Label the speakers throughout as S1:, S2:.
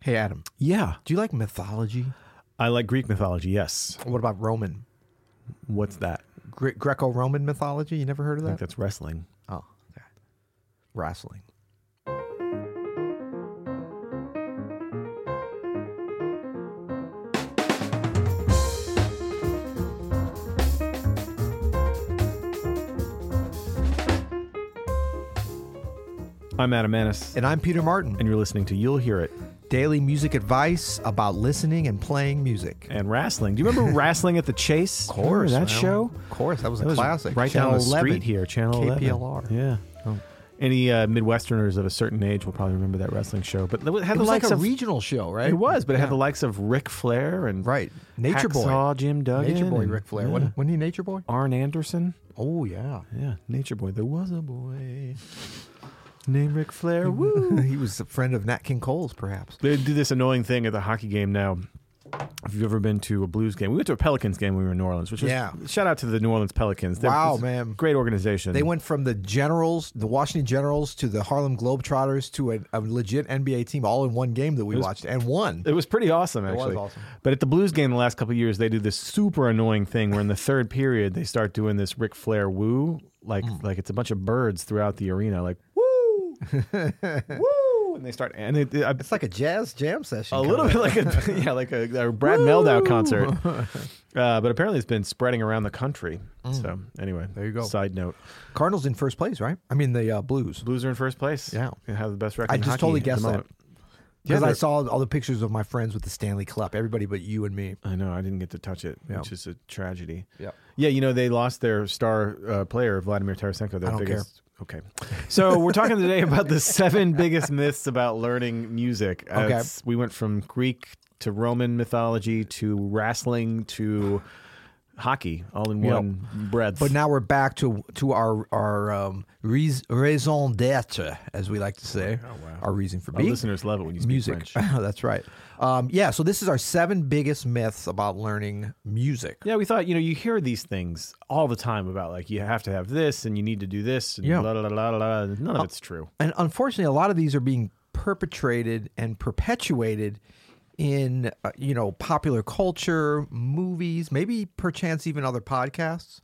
S1: Hey, Adam,
S2: Yeah.
S1: do you like mythology?
S2: I like Greek mythology, yes.
S1: What about Roman?
S2: What's that?
S1: Gre- Greco Roman mythology? You never heard of
S2: I think
S1: that?
S2: that's wrestling.
S1: Oh, okay. Wrestling.
S2: I'm Adam Manis,
S1: And I'm Peter Martin.
S2: and you're listening to You'll Hear It
S1: Daily music advice about listening and playing music.
S2: and Wrestling. Do you remember Wrestling at the Chase? Of That
S1: man.
S2: show?
S1: Of course, that was a
S2: That was
S1: classic.
S2: Right
S1: Channel
S2: down the
S1: 11.
S2: street here, Channel 11.
S1: KPLR.
S2: Yeah.
S1: Oh.
S2: Any uh, Midwesterners of a certain age will probably remember that wrestling show. But it had
S1: It
S2: the
S1: was like
S2: likes
S1: a
S2: of.
S1: regional show, right?
S2: it was, but it had the likes of Ric Flair and
S1: Right. Nature Boy.
S2: Hacksaw Jim Duggan.
S1: Nature Boy
S2: and-
S1: Ric Flair.
S2: yeah.
S1: Wasn't, wasn't he Nature Boy?
S2: Arn Anderson.
S1: Oh, yeah.
S2: Yeah, Nature Boy. There was a boy named Ric Flair. Woo!
S1: he was a friend of Nat King Cole's, perhaps.
S2: They do this annoying thing at the hockey game now. If you've ever been to a Blues game, we went to a Pelicans game when we were in New Orleans, which was
S1: Yeah.
S2: shout out to the New Orleans Pelicans. They're-
S1: Wow,
S2: it's a
S1: man.
S2: great organization.
S1: They went from the Generals, the Washington Generals, to the Harlem Globetrotters, to a, a legit NBA team all in one game that we watched and won.
S2: It was pretty awesome, actually.
S1: was awesome.
S2: But at the Blues game the last couple of years, they do this super annoying thing where in the third period they start doing this Ric Flair woo, like
S1: Mm.
S2: like it's a bunch of birds throughout the arena, like woo, woo, and they start and it, I,
S1: It's like a jazz jam session.
S2: a
S1: kinda.
S2: little bit like a yeah, like a, a Brad Meldow concert. Uh, but apparently, it's been spreading around the country. So anyway, there
S1: Mm. you go.
S2: Side note:
S1: Cardinals in first place, right? I mean the uh, Blues.
S2: Blues are in first place.
S1: Yeah.
S2: they have the best record.
S1: I
S2: in
S1: just
S2: hockey
S1: totally
S2: at the
S1: guessed that
S2: moment.
S1: because I
S2: they're-
S1: saw all the pictures of my friends with the Stanley Cup. Everybody but you and me.
S2: I know I didn't get to touch it,
S1: Yeah.
S2: which is a tragedy.
S1: Yep.
S2: Yeah, you know they lost their star uh, player Vladimir Tarasenko, their
S1: I don't care.
S2: biggest. Okay, so we're talking today about the seven biggest myths about learning music. Uh,
S1: Okay.
S2: it's- we went from Greek to Roman mythology to wrestling to hockey, all in
S1: Yep.
S2: one breath.
S1: But now we're back to to our our um, rais- raison d'être, as we like to say,
S2: Oh,
S1: our reason for
S2: Our
S1: being.
S2: listeners love it when you speak
S1: music.
S2: French.
S1: That's right. Um, yeah. So this is our seven biggest myths about learning music.
S2: Yeah, we thought you know you hear these things all the time about like you have to have this and you need to do this and
S1: Yeah.
S2: la la la la la. la. None of it's true.
S1: and unfortunately a lot of these are being perpetrated and perpetuated in uh, you know popular culture movies maybe perchance even other podcasts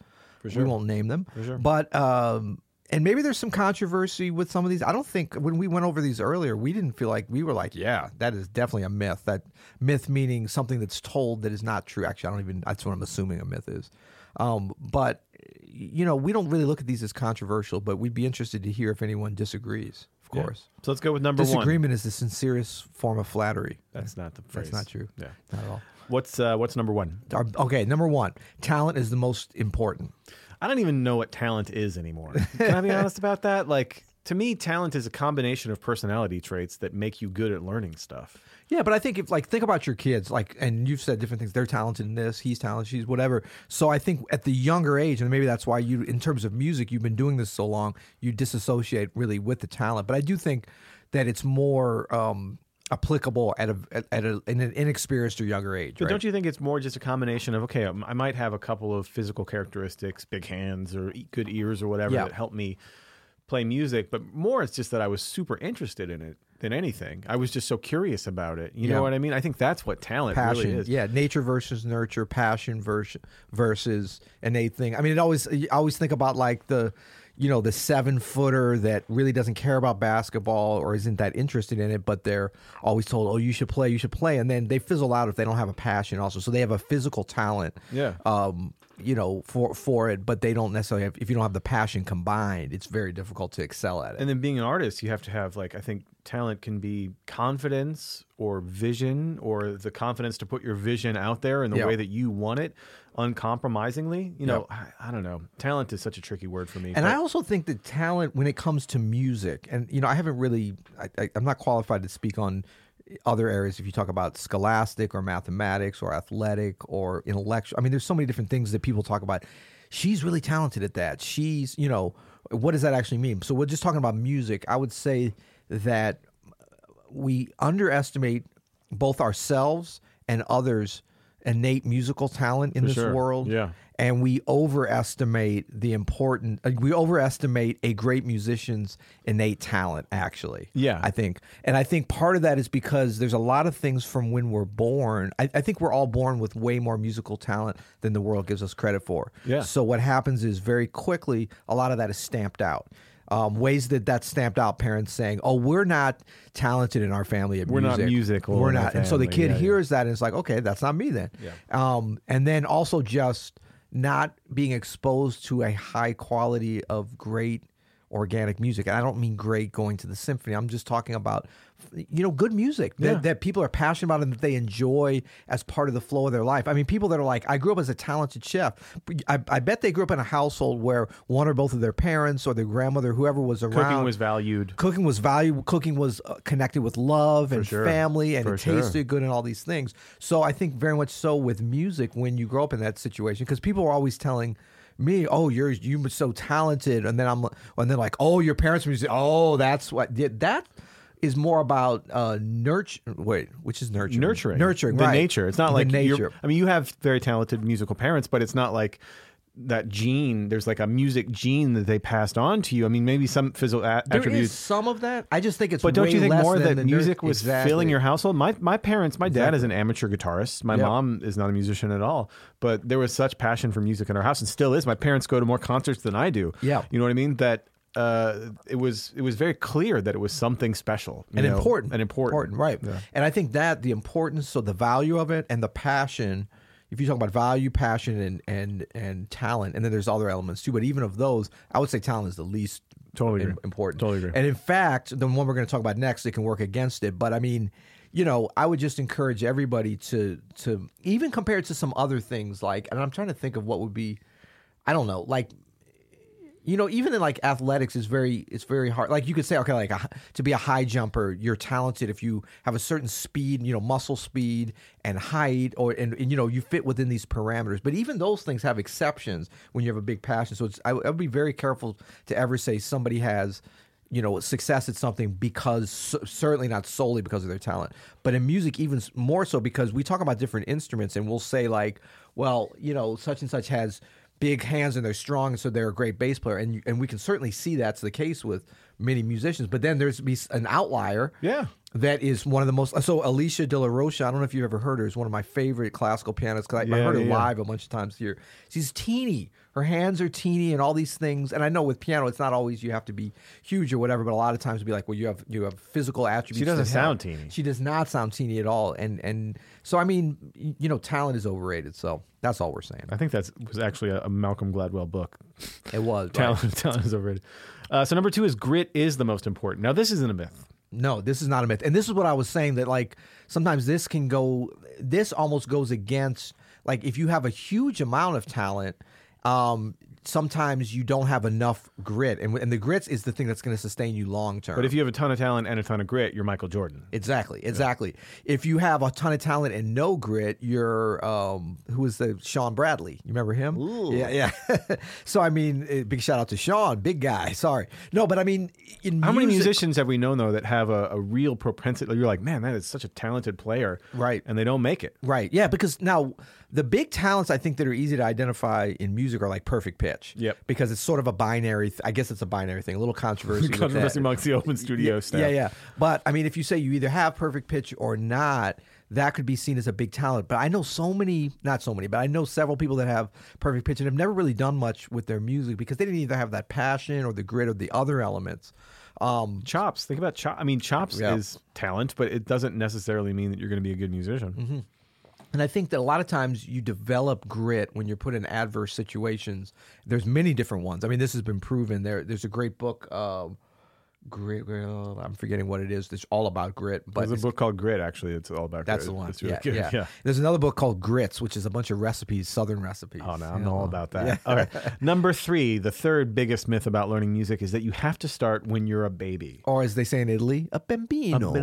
S1: we won't name them
S2: sure.
S1: but um and maybe there's some controversy with some of these. I don't think when we went over these earlier, we didn't feel like we were like, yeah, that is definitely a myth. That myth meaning something that's told that is not true. Actually, I don't even. That's what I'm assuming a myth is. Um, but you know, we don't really look at these as controversial. But we'd be interested to hear if anyone disagrees. Of
S2: Yeah.
S1: course,
S2: So let's go with number one.
S1: disagreement is the sincerest form of flattery.
S2: That's not the phrase.
S1: not true.
S2: Yeah.
S1: Not at all.
S2: What's uh, what's number one?
S1: Our- Okay, number one, talent is the most important.
S2: I don't even know what talent is anymore. Can I be honest about that? Like to me, talent is a combination of personality traits that make you good at learning stuff.
S1: Yeah, but I think if like think about your kids, like, and you've said different things. They're talented in this. He's talented. She's whatever. So I think at the younger age, and maybe that's why you, in terms of music, you've been doing this so long, you disassociate really with the talent. But I do think that it's more um, applicable at a at, at a, in an inexperienced or younger age.
S2: But
S1: Right?
S2: don't you think it's more just a combination of okay, um, I might have a couple of physical characteristics, big hands or e- good ears or whatever
S1: Yeah.
S2: that help me play music, but more it's just that I was super interested in it than anything. I was just so curious about it. You
S1: Yeah.
S2: know what I mean? I think that's what talent
S1: passion.
S2: really is.
S1: Yeah, nature versus nurture, passion versus versus innate thing. I mean, it always I always think about like the you know the seven footer that really doesn't care about basketball or isn't that interested in it, but they're always told, "Oh, you should play, you should play," and then they fizzle out if they don't have a passion. Also, so they have a physical talent.
S2: Yeah.
S1: Um, you know, for for it, but they don't necessarily. Have, if you don't have the passion combined, it's very difficult to excel at it.
S2: And then being an artist, you have to have like I think talent can be confidence or vision or the confidence to put your vision out there in the
S1: Yeah.
S2: way that you want it uncompromisingly. You know, I, I don't know. Talent is such a tricky word for me.
S1: And
S2: but
S1: I also think that talent, when it comes to music, and you know, I haven't really, I, I, I'm not qualified to speak on other areas. If you talk about scholastic or mathematics or athletic or intellectual, I mean, there's so many different things that people talk about. She's really talented at that. She's, you know, what does that actually mean? So we're just talking about music. I would say that we underestimate both ourselves and others innate musical talent in this
S2: sure.
S1: world.
S2: Yeah.
S1: And we overestimate the important, uh, we overestimate a great musician's innate talent, actually.
S2: Yeah.
S1: I think. And I think part of that is because there's a lot of things from when we're born. I, I think we're all born with way more musical talent than the world gives us credit for.
S2: Yeah.
S1: So what happens is very quickly, a lot of that is stamped out. Um, ways that that's stamped out, parents saying, "Oh, we're not talented in our family at
S2: We're not
S1: music.
S2: musical
S1: We're
S2: in our
S1: not." And so the
S2: family.
S1: kid
S2: Yeah, yeah.
S1: hears hears that and it's like, okay, that's not me then. Um, and then also just not being exposed to a high quality of great organic music. And I don't mean great going to the symphony. I'm just talking about, you know, good music that,
S2: Yeah.
S1: that people are passionate about and that they enjoy as part of the flow of their life. I mean, people that are like, I grew up as a talented chef. I, I bet they grew up in a household where one or both of their parents or their grandmother, whoever was around,
S2: Cooking was valued.
S1: cooking was valuable. Cooking was uh, connected with love and
S2: sure.
S1: family, and
S2: For
S1: it
S2: sure.
S1: tasted good, and all these things. So I think very much so with music when you grow up in that situation, because people are always telling me, "Oh, you're you're so talented," and then I'm and then like, "Oh, your parents' music. Oh, that's what yeah, that." Is more about uh, nurture. Wait, which is nurturing?
S2: Nurturing.
S1: nurturing.
S2: The
S1: right.
S2: nature. It's not
S1: The
S2: like
S1: nature.
S2: You're, I mean, you have very talented musical parents, but it's not like that gene. There's like a music gene that they passed on to you. I mean, maybe some physical a-
S1: There is
S2: attributes.
S1: some of that. I just think it's.
S2: But don't
S1: way
S2: you think
S1: less
S2: more
S1: than
S2: that
S1: the nur-
S2: music was
S1: Exactly.
S2: filling your household? My my parents, my dad is an amateur guitarist. My
S1: Yep.
S2: mom is not a musician at all. But there was such passion for music in our house, and still is. My parents go to more concerts than I do.
S1: Yeah.
S2: you know what I mean. That uh, it was it was very clear that it was something special you
S1: and
S2: know,
S1: important
S2: and important.
S1: right and i think that the importance so the value of it and the passion if you talk about value passion and and and talent and then there's other elements too but even of those i would say talent is the least
S2: Totally
S1: im-
S2: agree.
S1: important
S2: Totally agree.
S1: and in fact the one we're going to talk about next it can work against it but i mean you know i would just encourage everybody to to even compare it to some other things like and i'm trying to think of what would be i don't know like you know even in like athletics is very it's very hard like you could say okay like a, to be a high jumper you're talented if you have a certain speed you know muscle speed and height or and, and you know you fit within these parameters but even those things have exceptions when you have a big passion so it's i, would- I would be very careful to ever say somebody has you know success at something because so, certainly not solely because of their talent but in music even s- more so because we talk about different instruments and we'll say like well you know such and such has big hands and they're strong, so they're a great bass player. And you- and we can certainly see that's the case with many musicians. But then there's be s- an outlier.
S2: Yeah.
S1: That is one of the most. So Alicia De La Rocha, I don't know if you've ever heard her. Is one of my favorite classical pianists because I, I
S2: Yeah,
S1: heard her
S2: yeah, yeah.
S1: live a bunch of times here. She's teeny. Her hands are teeny, and all these things. And I know with piano, it's not always you have to be huge or whatever, but a lot of times it'd be like, well, you have you have physical attributes.
S2: She doesn't
S1: that help.
S2: sound teeny.
S1: She does not sound teeny at all. And and so I mean, y- you know, talent is overrated. So that's all we're saying.
S2: I think that was actually a, a Malcolm Gladwell book.
S1: It was right?
S2: Talent, talent is overrated. Uh, so number two is grit is the most important. Now this isn't a myth.
S1: No, this is not a myth. And this is what I was saying that like sometimes this can go this almost goes against like if you have a huge amount of talent um sometimes you don't have enough grit and and the grits is the thing that's going to sustain you long term.
S2: But if you have a ton of talent and a ton of grit, you're Michael Jordan.
S1: Exactly, exactly. If you have a ton of talent and no grit, you're um, who is the Sean Bradley? You remember him? Yeah, yeah. so I mean, eh, big shout out to Sean, big guy. Sorry, no, but I mean, in
S2: How many
S1: music-
S2: musicians have we known though that have a, a real propensity? You're like, man, that is such a talented player,
S1: Right.
S2: And they don't make it.
S1: Right. Yeah, because now the big talents I think that are easy to identify in music are like perfect pitch.
S2: Yep.
S1: Because it's sort of a binary. Th- I guess it's a binary thing. A little controversy. with
S2: Controversy
S1: that.
S2: amongst the open studio staff.
S1: Yeah, yeah. But I mean, if you say you either have perfect pitch or not, that could be seen as a big talent. But I know so many, not so many, but I know several people that have perfect pitch and have never really done much with their music because they didn't either have that passion or the grit or the other elements. Um,
S2: Chops. Think about chops. I mean, chops
S1: Yeah.
S2: is talent, but it doesn't necessarily mean that you're going to be a good musician.
S1: Mm-hmm. And I think that a lot of times you develop grit when you're put in adverse situations. There's many different ones. I mean, this has been proven. There, there's a great book, uh, grit. Well, I'm forgetting what it is. That's all about grit, but
S2: There's a book called Grit. Actually, it's all about.
S1: that's
S2: grit.
S1: the one.
S2: It's really
S1: yeah,
S2: good.
S1: yeah. There's another book called Grits, which is a bunch of recipes, Southern recipes.
S2: Oh no,
S1: Yeah.
S2: I'm all about that. All right. Number three, the third biggest myth about learning music is that you have to start when you're a baby.
S1: Or as they say in Italy, a bambino. or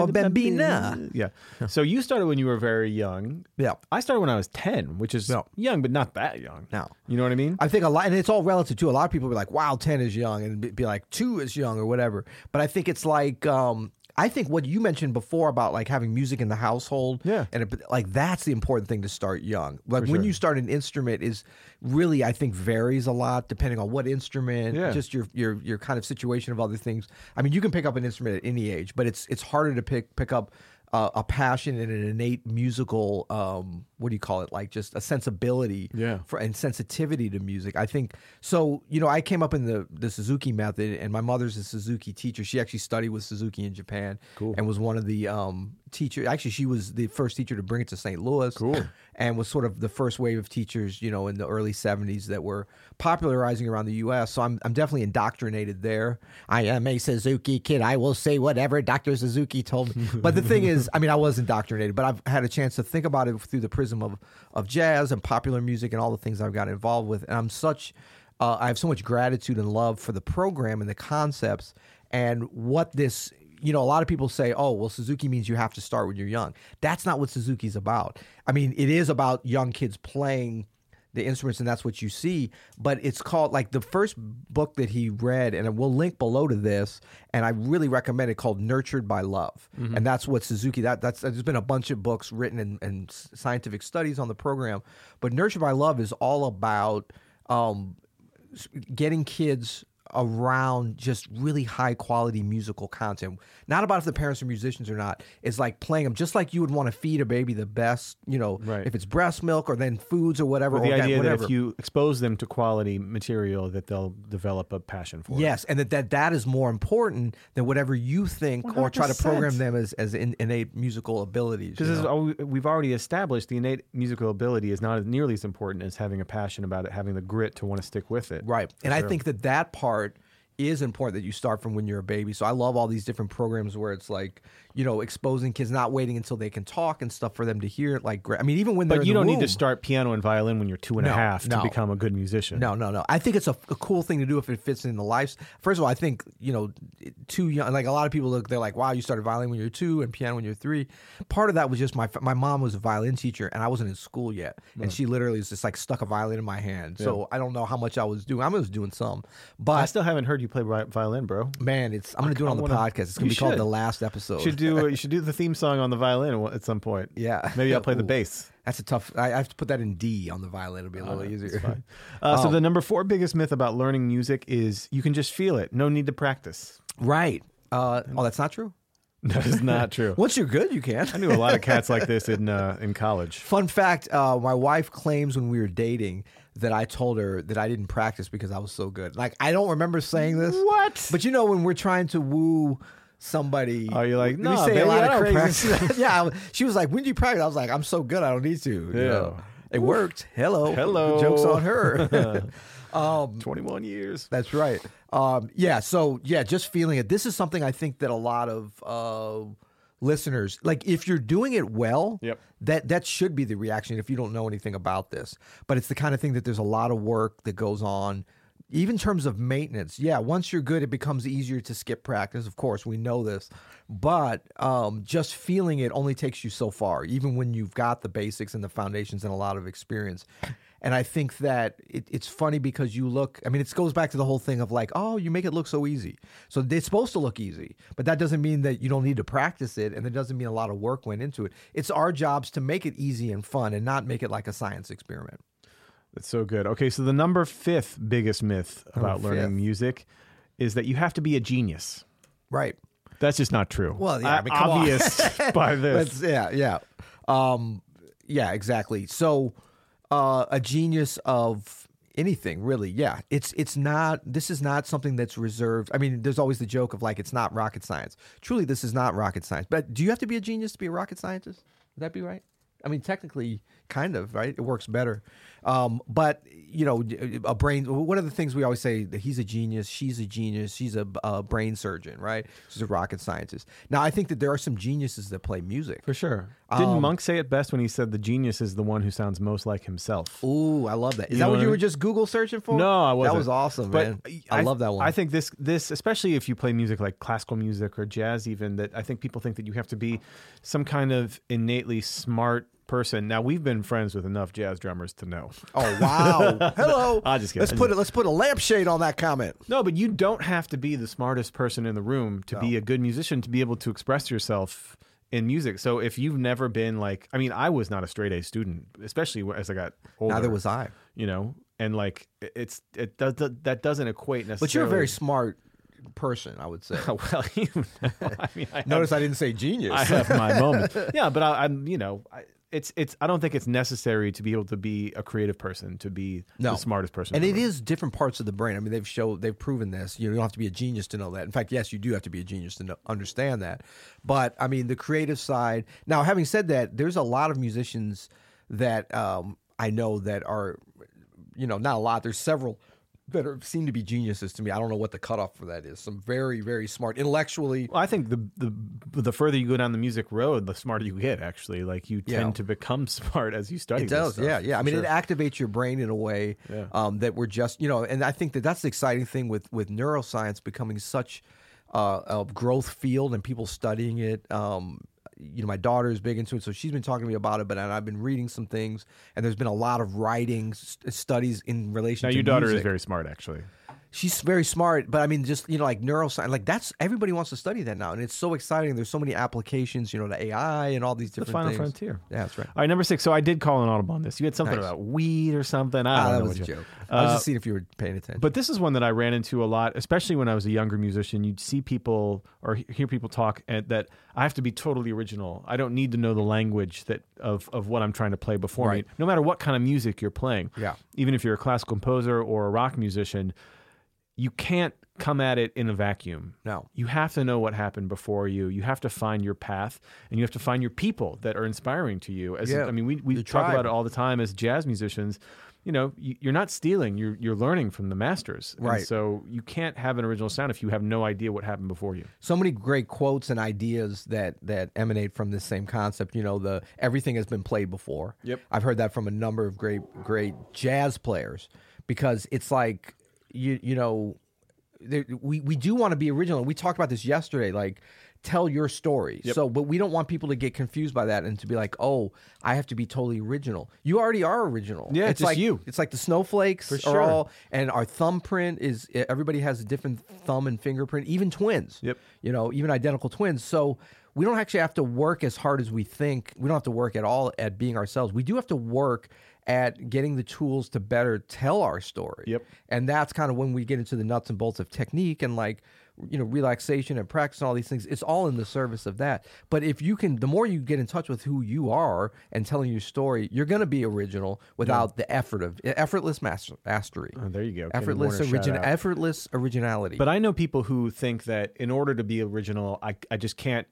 S2: Or
S1: bambina.
S2: Yeah. So you started when you were very young.
S1: Yeah.
S2: I started when I was 10, which is
S1: No.
S2: young, but not that young.
S1: No.
S2: You know what I mean?
S1: I think a lot, and it's all relative too. A lot of people be like, "Wow, ten is young," and be- be like, two is young" or whatever. But I think it's like um, I think what you mentioned before about like having music in the household,
S2: Yeah.
S1: and it, like that's the important thing to start young. Like
S2: For
S1: when
S2: sure.
S1: you start an instrument is really I think varies a lot depending on what instrument,
S2: Yeah.
S1: just your your your kind of situation of other things. I mean, you can pick up an instrument at any age, but it's it's harder to pick pick up. Uh, a passion and an innate musical, um, what do you call it? Like just a sensibility
S2: Yeah.
S1: for, and sensitivity to music. I think so. You know, I came up in the the Suzuki method, and my mother's a Suzuki teacher. She actually studied with Suzuki in Japan, cool. and was one of the um, teacher. Actually, she was the first teacher to bring it to St. Louis, cool, and was sort of the first wave of teachers, you know, in the early '70s that were popularizing around the U.S. So I'm I'm definitely indoctrinated there. I am a Suzuki kid. I will say whatever Dr. Suzuki told me. But the thing is, I mean, I was indoctrinated, but I've had a chance to think about it through the prism of, of jazz and popular music and all the things I've got involved with. And I'm such, uh, I have so much gratitude and love for the program and the concepts and what this, you know, a lot of people say, oh, well, Suzuki means you have to start when you're young. That's not what Suzuki's about. I mean, it is about young kids playing the instruments and that's what you see but it's called like the first book that he read and we'll link below to this and i really recommend it called nurtured by love and that's what suzuki that that's there's been a bunch of books written and, and s- scientific studies on the program but nurtured by love is all about um, s- getting kids around just really high quality musical content. Not about if the parents are musicians or not. It's like playing them just like you would want to feed a baby the best, you know,
S2: Right.
S1: if it's breast milk or then foods or whatever.
S2: But the
S1: or
S2: idea
S1: whatever.
S2: that if you expose them to quality material, that they'll develop a passion for it.
S1: Yes, and that, that that is more important than whatever you think or try to
S2: 100%.
S1: program them as as in, innate musical abilities. you
S2: Because
S1: know?
S2: we've already established the innate musical ability is not nearly as important as having a passion about it, having the grit to want to stick with it.
S1: Right. And I think that that part is important that you start from when you're a baby. So I love all these different programs where it's like, you know, exposing kids, not waiting until they can talk and stuff for them to hear. it. Like, gra- I mean, even when they're
S2: But
S1: in
S2: you
S1: the
S2: don't need to
S1: womb.
S2: start piano and violin when you're two and a
S1: No,
S2: half
S1: no.
S2: to become a good musician.
S1: No, no, no. I think it's a, a cool thing to do if it fits in the lives. First of all, I think you know, too young. Like a lot of people look, they're like, "Wow, you started violin when you're two and piano when you're three. Part of that was just my my mom was a violin teacher and I wasn't in school yet, and she literally was just like stuck a violin in my hand. So I don't know how much I was doing. I was doing some,
S2: I
S1: but
S2: still haven't heard you play vi- violin, bro.
S1: man, it's I'm gonna do it on the
S2: wanna-
S1: podcast. It's gonna
S2: You
S1: be called
S2: should.
S1: the last episode.
S2: Should do you should do the theme song on the violin at one- at some point.
S1: Yeah.
S2: maybe I'll play the
S1: Ooh.
S2: bass.
S1: That's a tough. I, I have to put that in D on the violin. It'll be a little easier.
S2: Uh, so the number four biggest myth about learning music is you can just feel it. No need to practice.
S1: right. Uh, oh, that's not true.
S2: That is not true.
S1: Once you're good, you can.
S2: I knew a lot of cats like this in uh, in college.
S1: Fun fact: uh, My wife claims when we were dating that I told her that I didn't practice because I was so good. Like I don't remember saying this.
S2: What?
S1: But you know when we're trying to woo somebody,
S2: Oh, you're like,
S1: we
S2: "Nah,
S1: say
S2: baby,
S1: a lot
S2: I
S1: of
S2: don't
S1: crazy. yeah, I- she was like, "When do you practice?" I was like, "I'm so good, I don't need to." you know? It worked. Hello,
S2: Hello.
S1: Jokes on her. um,
S2: Twenty one years.
S1: that's right. Um, yeah. So yeah, just feeling it. This is something I think that a lot of uh, listeners like. If you're doing it well,
S2: Yep.
S1: that that should be the reaction. If you don't know anything about this, but it's the kind of thing that there's a lot of work that goes on. Even in terms of maintenance, yeah. Once you're good, it becomes easier to skip practice. Of course, we know this, but um, just feeling it only takes you so far. Even when you've got the basics and the foundations and a lot of experience, and I think that it, it's funny because you look, I mean, it goes back to the whole thing of like, oh, you make it look so easy. So it's supposed to look easy, but that doesn't mean that you don't need to practice it. And it doesn't mean a lot of work went into it. It's our jobs to make it easy and fun and not make it like a science experiment.
S2: That's so good. Okay, so the number fifth biggest myth about
S1: Number
S2: learning
S1: fifth.
S2: music is that you have to be a genius.
S1: Right.
S2: That's just not true.
S1: Well, yeah, I
S2: Uh,
S1: mean, come on.
S2: obvious by this.
S1: That's, yeah, yeah. Um, yeah, exactly. So uh, a genius of anything really yeah it's it's not this is not something that's reserved i mean there's always the joke of like it's not rocket science truly this is not rocket science but do you have to be a genius to be a rocket scientist would that be right i mean technically kind of right it works better um, but you know a brain one of the things we always say that he's a genius she's a genius she's a, a brain surgeon right she's a rocket scientist now i think that there are some geniuses that play music
S2: For sure. Didn't
S1: Um,
S2: Monk say it best when he said the genius is the one who sounds most like himself?
S1: Ooh, I love that. Is
S2: You
S1: that
S2: know
S1: what
S2: what
S1: you
S2: I
S1: were
S2: mean?
S1: just Google searching for?
S2: No, I wasn't.
S1: That was awesome,
S2: But
S1: man. I, love that one.
S2: I think this this especially if you play music like classical music or jazz even that I think people think that you have to be some kind of innately smart person. Now we've been friends with enough jazz drummers to know.
S1: Oh wow! Hello.
S2: I'll just get-
S1: let's put it. Let's put a lampshade on that comment.
S2: No, but you don't have to be the smartest person in the room to be a good musician to be able to express yourself in music. So if you've never been like, I mean, I was not a straight A student, especially as I got older.
S1: Neither was I.
S2: you know, and like it- it's it does that doesn't equate necessarily.
S1: But you're a very smart person, I would say.
S2: well. You know, I mean, I
S1: Notice I didn't say genius.
S2: I have my moments. Yeah, but I, I'm, you know, I, it's, it's. I don't think it's necessary to be able to be a creative person to be
S1: No.
S2: the smartest person.
S1: and
S2: in
S1: it
S2: the room.
S1: is different parts of the brain. I mean, they've show they've proven this. You, know, you don't have to be a genius to know that. In fact, yes, you do have to be a genius to know, understand that. But I mean, the creative side. Now, having said that, there's a lot of musicians that um, I know that are, you know, not a lot. There's several that are, seem to be geniuses to me. I don't know what the cutoff for that is. Some very very smart intellectually.
S2: Well, I think the, the the further you go down the music road, the smarter you get. Actually, like you
S1: Yeah.
S2: tend to become smart as you study.
S1: It does, yeah, yeah. I mean, it activates your brain in a way
S2: Yeah.
S1: um, that we're just, you know, and I think that that's the exciting thing with with neuroscience becoming such uh, a growth field and people studying it. Um, you know, my daughter is big into it, so she's been talking to me about it. But and I've been reading some things, and there's been a lot of writing st- studies in relation.
S2: Now,
S1: to
S2: your daughter
S1: music.
S2: is very smart, actually.
S1: She's very smart, but I mean, just you know, like neuroscience, like that's everybody wants to study that now, and it's so exciting. There's so many applications, you know, to AI and all these different
S2: Final
S1: things.
S2: frontier.
S1: Yeah, that's right.
S2: All right, number six. So I did call an audible on this. You had something
S1: Nice.
S2: about weed or something. I
S1: Ah,
S2: don't
S1: that
S2: know
S1: was a
S2: what you-
S1: joke. I was
S2: Uh,
S1: just seeing if you were paying attention.
S2: But this is one that I ran into a lot, especially when I was a younger musician. You'd see people or he- hear people talk and that I have to be totally original. I don't need to know the language that of, of what I'm trying to play before
S1: Right.
S2: me, no matter what kind of music you're playing.
S1: Yeah.
S2: Even if you're a classical composer or a rock musician, you can't come at it in a vacuum.
S1: No.
S2: You have to know what happened before you. You have to find your path and you have to find your people that are inspiring to you. As
S1: Yeah.
S2: I mean, we, we
S1: Your
S2: talk
S1: tribe.
S2: about it all the time as jazz musicians. You know, you- you're not stealing. You're you're learning from the masters. And
S1: Right.
S2: so you can't have an original sound if you have no idea what happened before you.
S1: so many great quotes and ideas that that emanate from this same concept. You know, the everything has been played before.
S2: Yep.
S1: I've heard that from a number of great great jazz players because it's like you you know there, we we do want to be original. We talked about this yesterday. Like, tell your story. So, but we don't want people to get confused by that and to be like, oh, I have to be totally original. You already are original.
S2: Yeah, it's just
S1: like
S2: you.
S1: It's like the snowflakes are
S2: sure.
S1: all, and our thumbprint is. e, Everybody has a different thumb and fingerprint. Even twins.
S2: Yep.
S1: You know, even identical twins. So. We don't actually have to work as hard as we think. We don't have to work at all at being ourselves. We do have to work at getting the tools to better tell our story.
S2: Yep.
S1: And that's kind of when we get into the nuts and bolts of technique and like, you know, relaxation and practice and all these things. It's all in the service of that. But if you can, the more you get in touch with who you are and telling your story, you're going to be original without the effort of e, effortless master, mastery.
S2: Oh, there you go. Ken
S1: Effortless,
S2: Warner
S1: origin,
S2: shout out.
S1: effortless originality.
S2: But I know people who think that in order to be original, I, I just can't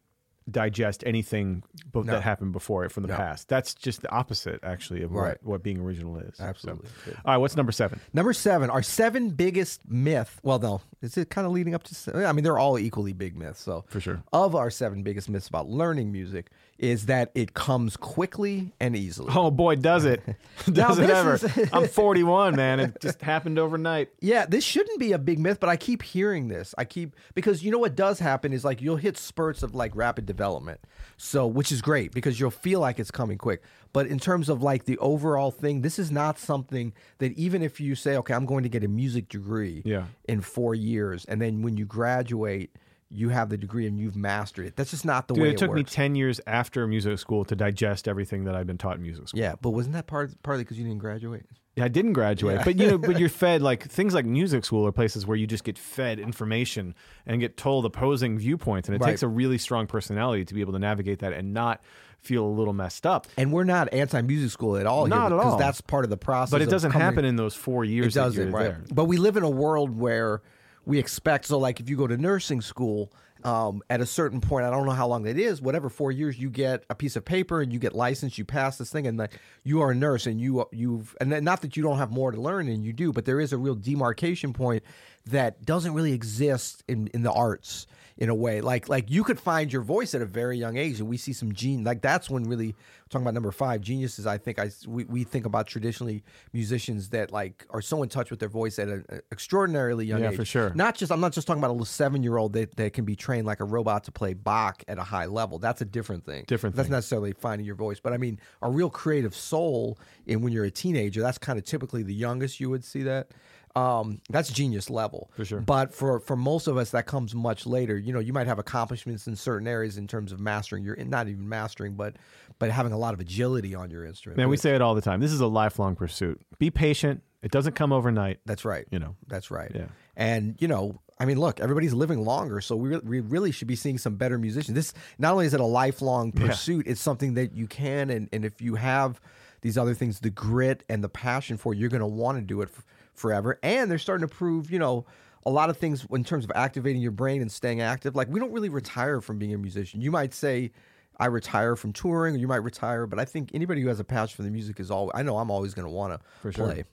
S2: digest anything bo- that happened before it from the past. That's just the opposite, actually, of
S1: Right.
S2: what, what being original is. So-
S1: Absolutely.
S2: All right, what's number seven?
S1: Number seven, our seven biggest myth. Well, no, is it kind of leading up to? se- I mean, they're all equally big myths. So
S2: For sure.
S1: of our seven biggest myths about learning music is that it comes quickly and easily.
S2: Oh boy, does it? does it
S1: this
S2: ever?
S1: is-
S2: I'm 41, man. It just happened overnight.
S1: Yeah, this shouldn't be a big myth, but I keep hearing this. I keep because you know what does happen is like you'll hit spurts of like rapid development. So, which is great because you'll feel like it's coming quick. But in terms of like the overall thing, this is not something that even if you say, "Okay, I'm going to get a music degree
S2: Yeah.
S1: in 4 years," and then when you graduate, you have the degree and you've mastered it. That's just not the
S2: Dude,
S1: way
S2: it took me
S1: works.
S2: 10 years after music school to digest everything that I've been taught in music school.
S1: yeah, but wasn't that part partly because you didn't graduate?
S2: I didn't graduate, but you know, but you're fed like things like music school are places where you just get fed information and get told opposing viewpoints, and it
S1: Right.
S2: takes a really strong personality to be able to navigate that and not feel a little messed up.
S1: And we're not anti music school at all.
S2: Not
S1: here,
S2: at
S1: because
S2: all.
S1: That's part of the process.
S2: But it
S1: of
S2: doesn't
S1: coming-
S2: happen in those four years.
S1: It doesn't,
S2: that you're
S1: right?
S2: There.
S1: But we live in a world where we expect. So, like, if you go to nursing school, um, at a certain point, I don't know how long that is. Whatever four years, you get a piece of paper and you get licensed. You pass this thing, and like you are a nurse, and you you've and then, not that you don't have more to learn, and you do, but there is a real demarcation point that doesn't really exist in in the arts. in a way. Like like you could find your voice at a very young age, and we see some gene. Like that's when really talking about number five geniuses. I think I we, we think about traditionally musicians that like are so in touch with their voice at an uh, extraordinarily young
S2: Yeah,
S1: age.
S2: for sure.
S1: Not just I'm not just talking about a little seven year old that, that can be trained like a robot to play Bach at a high level. That's a different thing.
S2: Different
S1: That's
S2: thing.
S1: not necessarily finding your voice, but I mean a real creative soul. And when you're a teenager, that's kind of typically the youngest you would see that. Um, that's genius level for
S2: sure.
S1: But for for most of us, that comes much later. You know, you might have accomplishments in certain areas in terms of mastering your not even mastering, but but having a lot of agility on your instrument.
S2: Man, we
S1: But-
S2: say it all the time. This is a lifelong pursuit. Be patient. It doesn't come overnight.
S1: that's right.
S2: You know.
S1: That's right.
S2: Yeah.
S1: And you know, I mean, look, everybody's living longer, so we, re- we really should be seeing some better musicians. This not only is it a lifelong pursuit, it's something that you can and and if you have these other things, the grit and the passion for, it, you're going to want to do it f- forever. And they're starting to prove, you know. A lot of things in terms of activating your brain and staying active. Like, we don't really retire from being a musician. You might say, I retire from touring, or you might retire, but I think anybody who has a passion for the music is always, I know I'm always going to want to
S2: sure.
S1: play.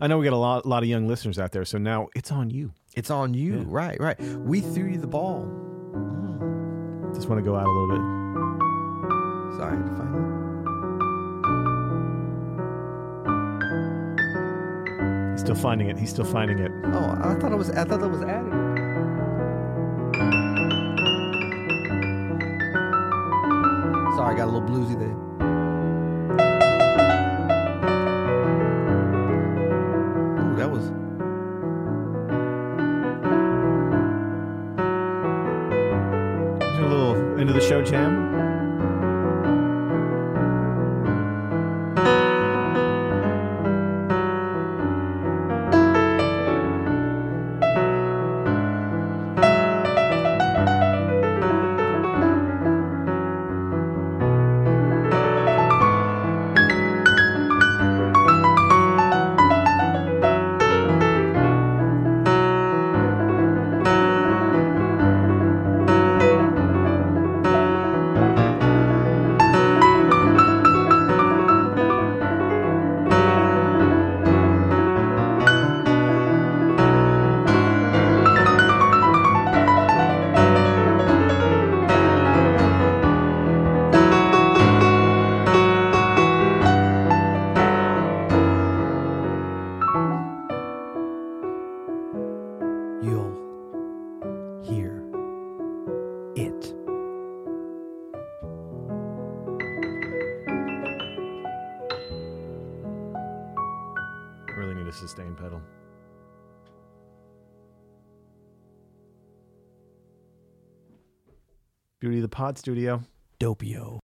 S2: I know we got a lot, lot of young listeners out there, so now it's on you.
S1: It's on you. Right, right. We threw you the ball.
S2: Just want to go out a little bit.
S1: Sorry, I had to find it.
S2: He's still finding it. He's still finding it.
S1: Oh, I thought it was. I thought that was added. Sorry, I got a little bluesy there. Ooh, that was.
S2: Is there a little end of the show jam.
S1: You'll hear it.
S2: Really need a sustain pedal. Beauty of the Pod Studio.
S1: Dopio.